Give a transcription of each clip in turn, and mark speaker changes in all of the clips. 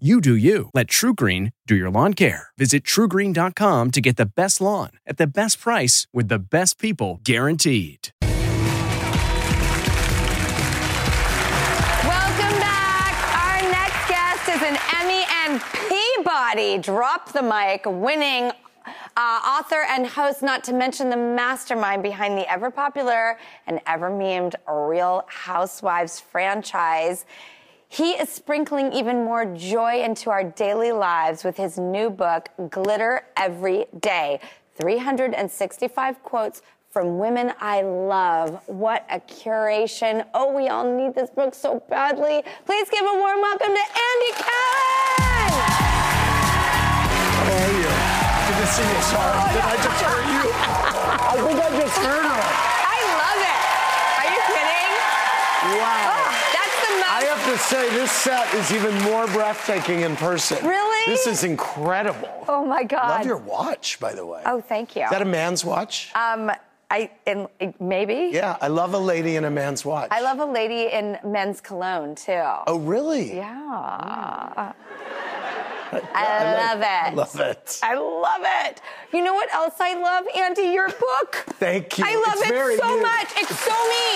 Speaker 1: You do you. Let True Green do your lawn care. Visit truegreen.com to get the best lawn at the best price with the best people guaranteed.
Speaker 2: Welcome back. Our next guest is an Emmy and Peabody Drop the Mic winning uh, author and host, not to mention the mastermind behind the ever popular and ever memed Real Housewives franchise. He is sprinkling even more joy into our daily lives with his new book, Glitter Every Day 365 quotes from women I love. What a curation. Oh, we all need this book so badly. Please give a warm welcome to Andy Cohen.
Speaker 3: How are you? Good to see you. Sorry, did I just hurt you? I think I just hurt her.
Speaker 2: I love it. Are you kidding?
Speaker 3: Wow.
Speaker 2: Oh, that's the most.
Speaker 3: I have to say, this set is even more breathtaking in person.
Speaker 2: Really?
Speaker 3: This is incredible.
Speaker 2: oh my God.
Speaker 3: Love your watch, by the way.
Speaker 2: oh, thank you.
Speaker 3: Is that a man's watch?
Speaker 2: um, I and maybe.
Speaker 3: yeah, I love a lady in a man's watch.
Speaker 2: I love a lady in men's cologne too.
Speaker 3: Oh, really?
Speaker 2: Yeah.
Speaker 3: like-
Speaker 2: I love
Speaker 3: I
Speaker 2: it.
Speaker 3: love it.
Speaker 2: I love it. You know what else I love, Andy? Your book.
Speaker 3: Thank you.
Speaker 2: I love
Speaker 3: It's
Speaker 2: it
Speaker 3: very
Speaker 2: so
Speaker 3: you.
Speaker 2: much. It's so me.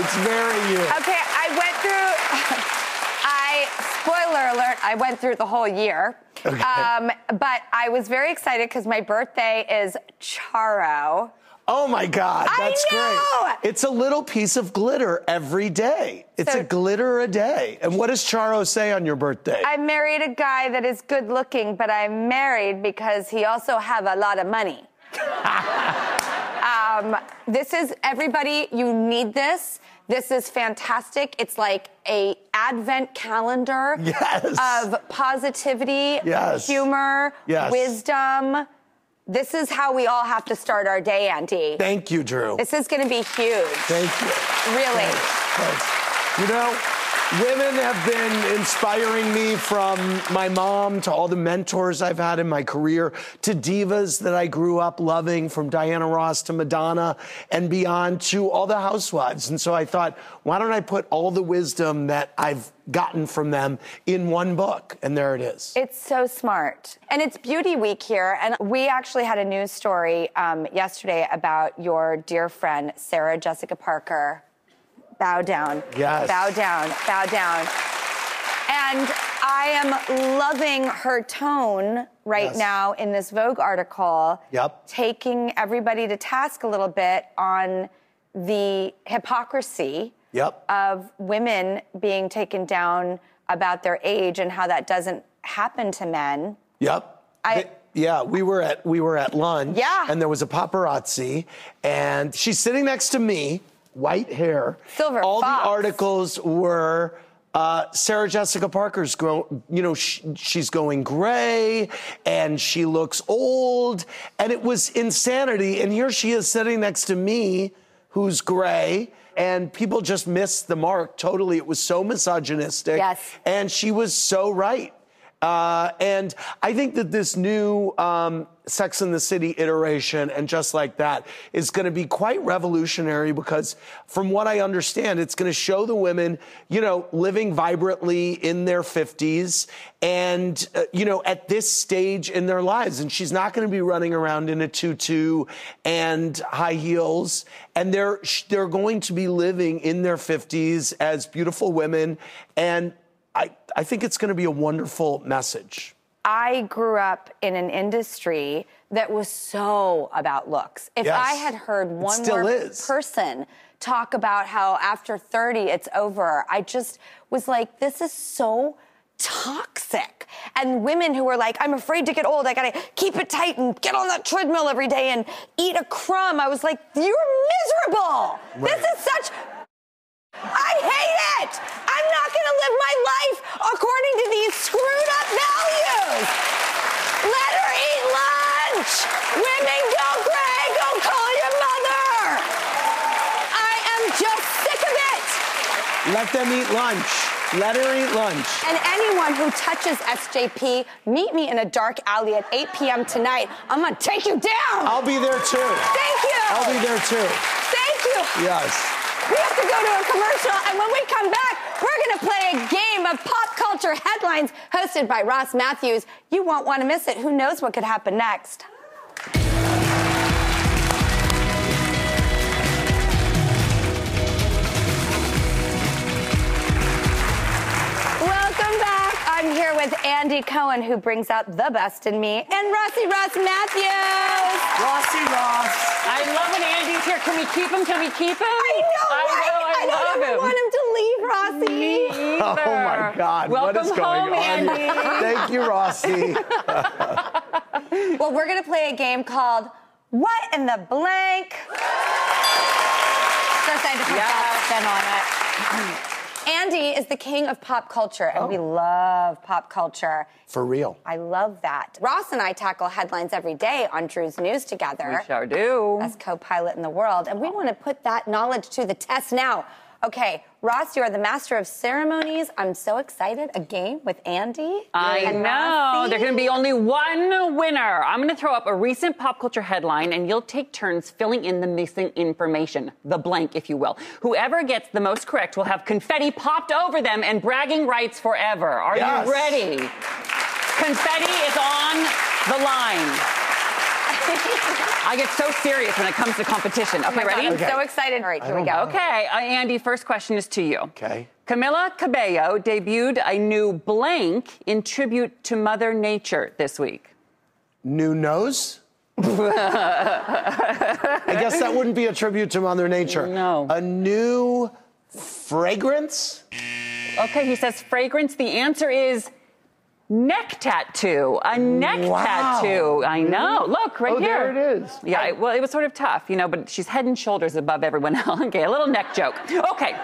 Speaker 3: It's very you.
Speaker 2: Okay, I went through. I spoiler alert. I went through the whole year.
Speaker 3: Okay.
Speaker 2: Um, but I was very excited because my birthday is Charo.
Speaker 3: Oh my God,
Speaker 2: I
Speaker 3: that's
Speaker 2: know!
Speaker 3: great. It's a little piece of glitter every day. It's
Speaker 2: So-
Speaker 3: a glitter a day. And what does Charo say on your birthday?
Speaker 2: I married a guy that is good looking, but I'm married because he also have a lot of money. um, this is everybody. You need this. This is fantastic. It's like a advent calendar
Speaker 3: Yes.
Speaker 2: of positivity,
Speaker 3: Yes.
Speaker 2: humor,
Speaker 3: Yes.
Speaker 2: wisdom. This is how we all have to start our day, Andy.
Speaker 3: Thank you, Drew.
Speaker 2: this is going to be huge,
Speaker 3: Thank you.
Speaker 2: really.
Speaker 3: Thanks. You know, women have been inspiring me from my mom to all the mentors I've had in my career to divas that I grew up loving, from Diana Ross to Madonna and beyond to all the housewives. And so I thought, why don't I put all the wisdom that I've gotten from them in one book? And there it is.
Speaker 2: It's so smart. And it's Beauty Week here. And we actually had a news story um, yesterday about your dear friend, Sarah Jessica Parker. Bow down.
Speaker 3: Yes.
Speaker 2: Bow down. Bow down. And I am loving her tone right
Speaker 3: Yes.
Speaker 2: now in this Vogue article.
Speaker 3: Yep.
Speaker 2: Taking everybody to task a little bit on the hypocrisy
Speaker 3: Yep.
Speaker 2: of women being taken down about their age and how that doesn't happen to men.
Speaker 3: Yep.
Speaker 2: I-
Speaker 3: Th- yeah, we were at we were at lunch.
Speaker 2: Yeah.
Speaker 3: And there was a paparazzi, and she's sitting next to me, white hair.
Speaker 2: Silver
Speaker 3: All
Speaker 2: fox.
Speaker 3: the articles were. Uh, Sarah Jessica Parker's grown, you know, sh- she's going gray and she looks old, and it was insanity. And here she is sitting next to me, who's gray, and people just missed the mark totally. It was so misogynistic.
Speaker 2: Yes.
Speaker 3: And she was so right. Uh, and I think that this new um, Sex in the City iteration and just like that is going to be quite revolutionary because, from what I understand, it's going to show the women, you know, living vibrantly in their 50s and, uh, you know, at this stage in their lives. And she's not going to be running around in a tutu and high heels. And they're, sh- they're going to be living in their 50s as beautiful women. And I, I think it's going to be a wonderful message.
Speaker 2: I grew up in an industry that was so about looks. If
Speaker 3: Yes.
Speaker 2: I had heard
Speaker 3: It
Speaker 2: one
Speaker 3: still
Speaker 2: more
Speaker 3: is.
Speaker 2: person talk about how after 30 it's over, I just was like, this is so toxic. and women who are like, I'm afraid to get old. I gotta keep it tight and get on that treadmill every day and eat a crumb. I was like, you're miserable. This is such. I hate it. I'm not gonna live my life according to these screwed up values. Let her eat lunch. Women go gray. Go call your mother. I am just sick of it.
Speaker 3: Let them eat lunch. Let her eat lunch.
Speaker 2: And anyone who touches SJP, meet me in a dark alley at 8 p.m. tonight. I'm gonna take you down.
Speaker 3: I'll be there too.
Speaker 2: Thank you.
Speaker 3: I'll be there too.
Speaker 2: Thank you.
Speaker 3: Yes.
Speaker 2: We have to go to a commercial, and when we come back, we're gonna play a game of pop culture headlines hosted by Ross Matthews. You won't want to miss it. Who knows what could happen next? Welcome back. I'm here with Andy Cohen, who brings out the best in me, and Rossi Ross Matthews.
Speaker 3: Rossi Ross.
Speaker 4: I love when Andy's here. Can we keep him? Can we keep him?
Speaker 2: I know,
Speaker 4: I
Speaker 2: right?
Speaker 4: know. I,
Speaker 2: I don't ever
Speaker 4: love him.
Speaker 2: want him to leave, Rossi.
Speaker 4: Me
Speaker 3: Oh my
Speaker 4: either.
Speaker 3: God.
Speaker 4: Welcome
Speaker 3: what is going
Speaker 4: home,
Speaker 3: on? here?
Speaker 4: Andy.
Speaker 3: Thank you, Rossi.
Speaker 2: Well, we're gonna play a game called What in the Blank. so excited to put that spin on it. Andy is the king of pop culture, and
Speaker 4: Oh.
Speaker 2: we love pop culture.
Speaker 3: For real.
Speaker 2: I love that. Ross and I tackle headlines every day on Drew's News together.
Speaker 4: We sure do.
Speaker 2: Best co-pilot in the world, and we want to put that knowledge to the test now. Okay, Ross, you are the master of ceremonies. I'm so excited. A game with Andy.
Speaker 4: I
Speaker 2: and
Speaker 4: know.
Speaker 2: Rossi.
Speaker 4: There's going to be only one winner. I'm going to throw up a recent pop culture headline, and you'll take turns filling in the missing information, the blank, if you will. Whoever gets the most correct will have confetti popped over them and bragging rights forever. Are
Speaker 3: Yes.
Speaker 4: you ready? Confetti is on the line. I get so serious when it comes to competition.
Speaker 2: Oh my
Speaker 4: Okay,
Speaker 2: God,
Speaker 4: ready?
Speaker 2: I'm so excited. All right, here we go.
Speaker 4: Okay, uh, Andy, first question is to you.
Speaker 3: Okay.
Speaker 4: Camila Cabello debuted a new blank in tribute to Mother Nature this week.
Speaker 3: New nose? I guess that wouldn't be a tribute to Mother Nature.
Speaker 4: No.
Speaker 3: A new fragrance?
Speaker 4: Okay, he says fragrance. The answer is neck tattoo. A neck
Speaker 3: Wow.
Speaker 4: tattoo. I know. Look, right
Speaker 3: Oh,
Speaker 4: here.
Speaker 3: there it is.
Speaker 4: Yeah, it- well, it was sort of tough, you know, but she's head and shoulders above everyone else. Okay, a little neck joke. Okay.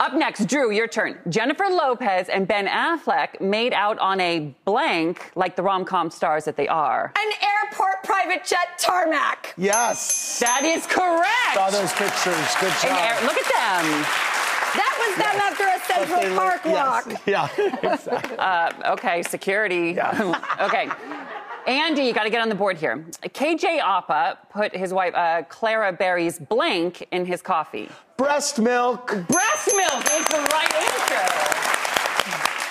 Speaker 4: Up next, Drew, your turn. Jennifer Lopez and Ben Affleck made out on a blank like the rom com stars that they are.
Speaker 2: An airport private jet tarmac.
Speaker 3: Yes.
Speaker 4: That is correct.
Speaker 3: Saw those pictures. Good
Speaker 4: In
Speaker 3: job.
Speaker 4: air- look at them.
Speaker 2: That was them after a
Speaker 3: They
Speaker 2: Central
Speaker 3: look-
Speaker 2: Park walk.
Speaker 3: yes. Yeah, exactly.
Speaker 4: Okay, security.
Speaker 3: Yeah.
Speaker 4: okay. Andy, you got to get on the board here. KJ Oppa put his wife uh, Clara Berry's blank in his coffee.
Speaker 3: Breast milk.
Speaker 4: Breast milk is the right answer.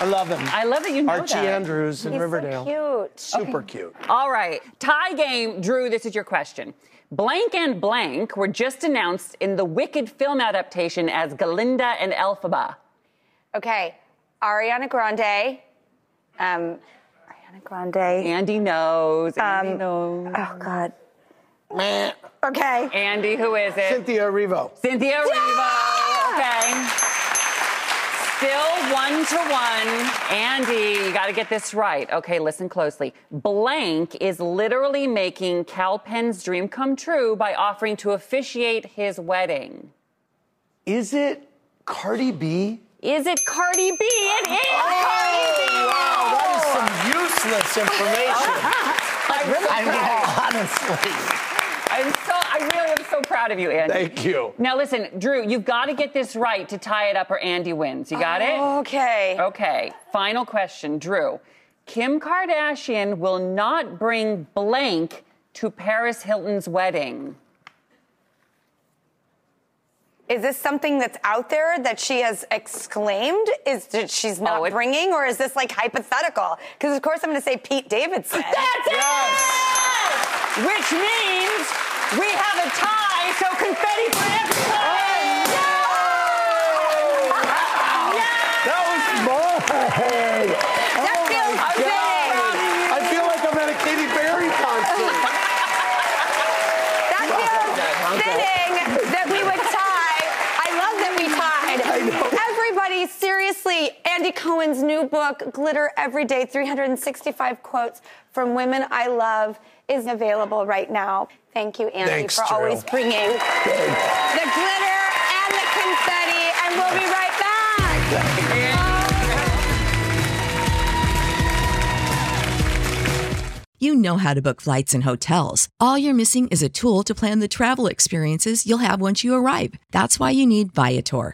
Speaker 3: I love him.
Speaker 4: I love that you know
Speaker 3: Archie
Speaker 4: that.
Speaker 3: Andrews in
Speaker 2: He's
Speaker 3: Riverdale.
Speaker 2: so cute.
Speaker 3: Super cute.
Speaker 4: All right, tie game. Drew, this is your question. Blank and blank were just announced in the Wicked film adaptation as Galinda and Elphaba.
Speaker 2: Okay, Ariana Grande. Um, Ariana Grande.
Speaker 4: Andy knows. Andy
Speaker 2: Um,
Speaker 4: knows.
Speaker 2: Oh God.
Speaker 3: Meh.
Speaker 2: Okay.
Speaker 4: Andy, who is it?
Speaker 3: Cynthia Erivo.
Speaker 4: Cynthia Revo.
Speaker 2: Yeah!
Speaker 4: Okay. Still one to one. Andy, you got to get this right. Okay, listen closely. Blank is literally making Cal Penn's dream come true by offering to officiate his wedding.
Speaker 3: Is it Cardi B?
Speaker 4: Is it Cardi B? It is Oh, Cardi B.
Speaker 3: Oh, wow, that is some useless information.
Speaker 4: I'm really
Speaker 3: I
Speaker 4: proud.
Speaker 3: mean, honestly.
Speaker 4: I'm so, I really am so proud of you, Andy.
Speaker 3: Thank you.
Speaker 4: Now listen, Drew, you've got to get this right to tie it up or Andy wins. You got it?
Speaker 3: Oh,
Speaker 4: Oh.
Speaker 2: Okay.
Speaker 4: Okay, final question, Drew. Kim Kardashian will not bring blank to Paris Hilton's wedding.
Speaker 2: Is this something that's out there that she has exclaimed is that she's not
Speaker 4: Oh, it-
Speaker 2: bringing, or is this like hypothetical? Because of course I'm going to say Pete Davidson.
Speaker 4: That's it! Which means we have a tie, so confetti for everyone!
Speaker 3: That was bold. Oh,
Speaker 2: That feels
Speaker 4: my
Speaker 2: big.
Speaker 4: God.
Speaker 3: I feel like I'm at a Katy Perry concert.
Speaker 2: That feels
Speaker 3: Wow.
Speaker 2: fitting that we would tie. I love that we tied.
Speaker 3: I know.
Speaker 2: everybody, seriously, Andy Cohen's new book, Glitter Every Day 365 Quotes from Women I Love, is available right now. Thank you, Andy,
Speaker 3: Thanks,
Speaker 2: for
Speaker 3: Drew.
Speaker 2: always bringing the glitter and the confetti, and we'll be right back.
Speaker 5: You know how to book flights and hotels. All you're missing is a tool to plan the travel experiences you'll have once you arrive. That's why you need Viator.